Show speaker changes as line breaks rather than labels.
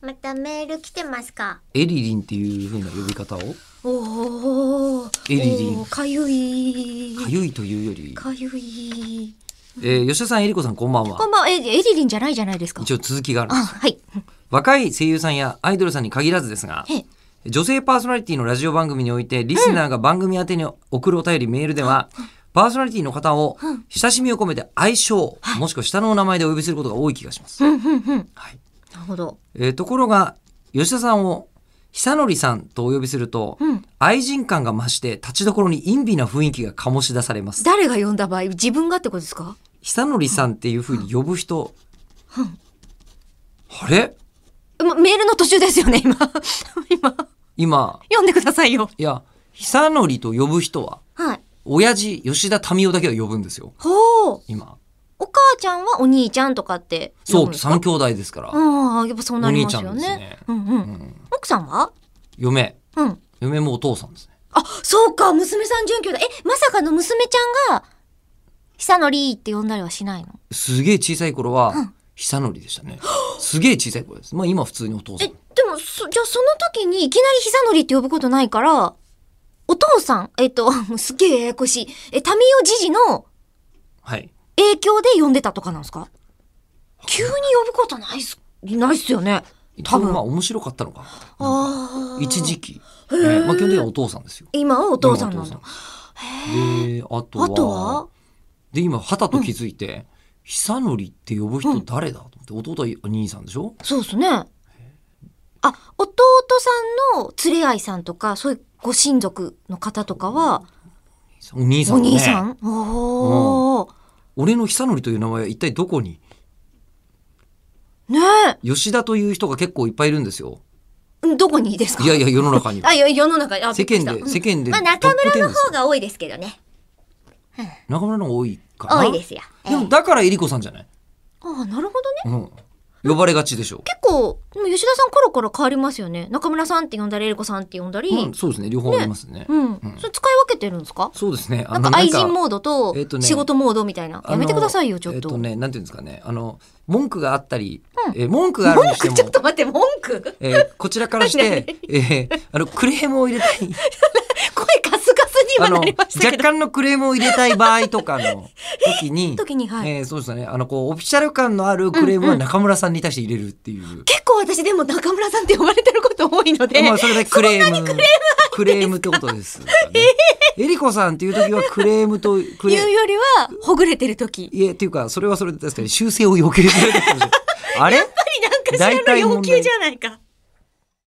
またメール来てますか
エリリンっていう風な呼び方をか
おお
エリリン
おーかゆい
ゆいというより、
かゆい
えー吉田さんえりこさんこんばん
こ
は
んばんはえエリリンじゃないじゃないですか
一応続きがある
あはい
若い声優さんやアイドルさんに限らずですが
へえ
女性パーソナリティのラジオ番組においてリスナーが番組宛てに送るお便りメールでは、パーソナリティの方を親しみを込めて愛称、もしくは下のお名前でお呼びすることが多い気がします、
うんうんうん
はい
なるほど
えーところが吉田さんを久典さんとお呼びすると、
うん
愛人感が増して立ちどころに陰微な雰囲気が醸し出されます
誰が呼んだ場合自分がってことですか
久典さんっていうふうに呼ぶ人、あれ
まメールの途中ですよね今 今
今
読んでくださいよ
いや久典と呼ぶ人は
はい
親父吉田民生だけは呼ぶんですよ
ほう
今
お母ちゃんはお兄ちゃんとかって
そ
呼ぶん
う
ですか
三兄弟ですから、
ああやっぱそうなりますよ
お兄ちゃ
ね
んですね
うんうん、
うん
奥さんは
嫁
うん
嫁もお父さんですね
あ、そうか、娘さん準拠だ。え、まさかの娘ちゃんが、久典って呼んだりはしないの
すげえ小さい頃は久典でしたねすげえ小さい頃ですまあ今普通にお父さ
え、
ん
でも、そ、じゃあその時にいきなり久典って呼ぶことないから、お父さん、えっと、 すげえややこしい。え、民生じじの
はい
影響で呼んでたとかなんですか急に呼ぶことないっす、ないっすよね。多
多分
分
まあ面白かったのかな
ああ。
一。時期、ねまあ基本的にはお父さんですよ
今はお父さんなんだ
今。お父さんであと
あと
は
は
で今はたと気づいて、久典って呼ぶ人誰だと思って弟は兄さんでしょ
そうですね。あ、弟さんの連れ合いさんとか、そういうご親族の方とかは、
お兄さ
お
んだ
兄さ
ね
ん、おー、
俺の久典という名前は一体どこに
ね
吉田という人が結構いっぱいいるんですよ
えうんどこにですか
いやいや世の中には
あ、いや世の中に、あ
世間で
びっくりし
世
た
間で
まあ
トッ
中
プ10
村の
です
方が多いですけどね。
中村の方が多いかな
多いですよ。え
で
え
もだからえりこさんじゃない、
ああ、なるほどね。
うん、呼ばれがちでしょ
結構、でも吉田さんコロコロ変わりますよね。中村さんって呼んだり、エリコさんって呼んだり。
うん、そうですね両方ありますね
うん。それ使い分けてるんですか
そうですねあ
なんか愛人モードと
えっとね
仕事モードみたいな。
あの
やめてくださいよ、ちょっ
えっと
と。
ねなんていうんですかねあの文句があったり、えー文句があるに
文
して
句、
も
ちょっと待って、文句
えーこちらか らして、えーあのクレームを入れたい
声カスカスに
あ
は
の
なりましたけ
若
ど。
干のクレームを入れたい場合とかの時に
時にはい
えーそうですねあのこうオフィシャル感のあるクレームは中村さんに対して入れるっていう、
結構私でも中村さんって呼ばれてること多いので、
まあそれでクレームクレームってことですよね、えりこさんっていう時はクレームとクレ
言うよりはほぐれてる時。
いえっていうかそれはそれで確かに修正を要求するかもしれないあれ
やっぱりなんかしらの要求じゃないか。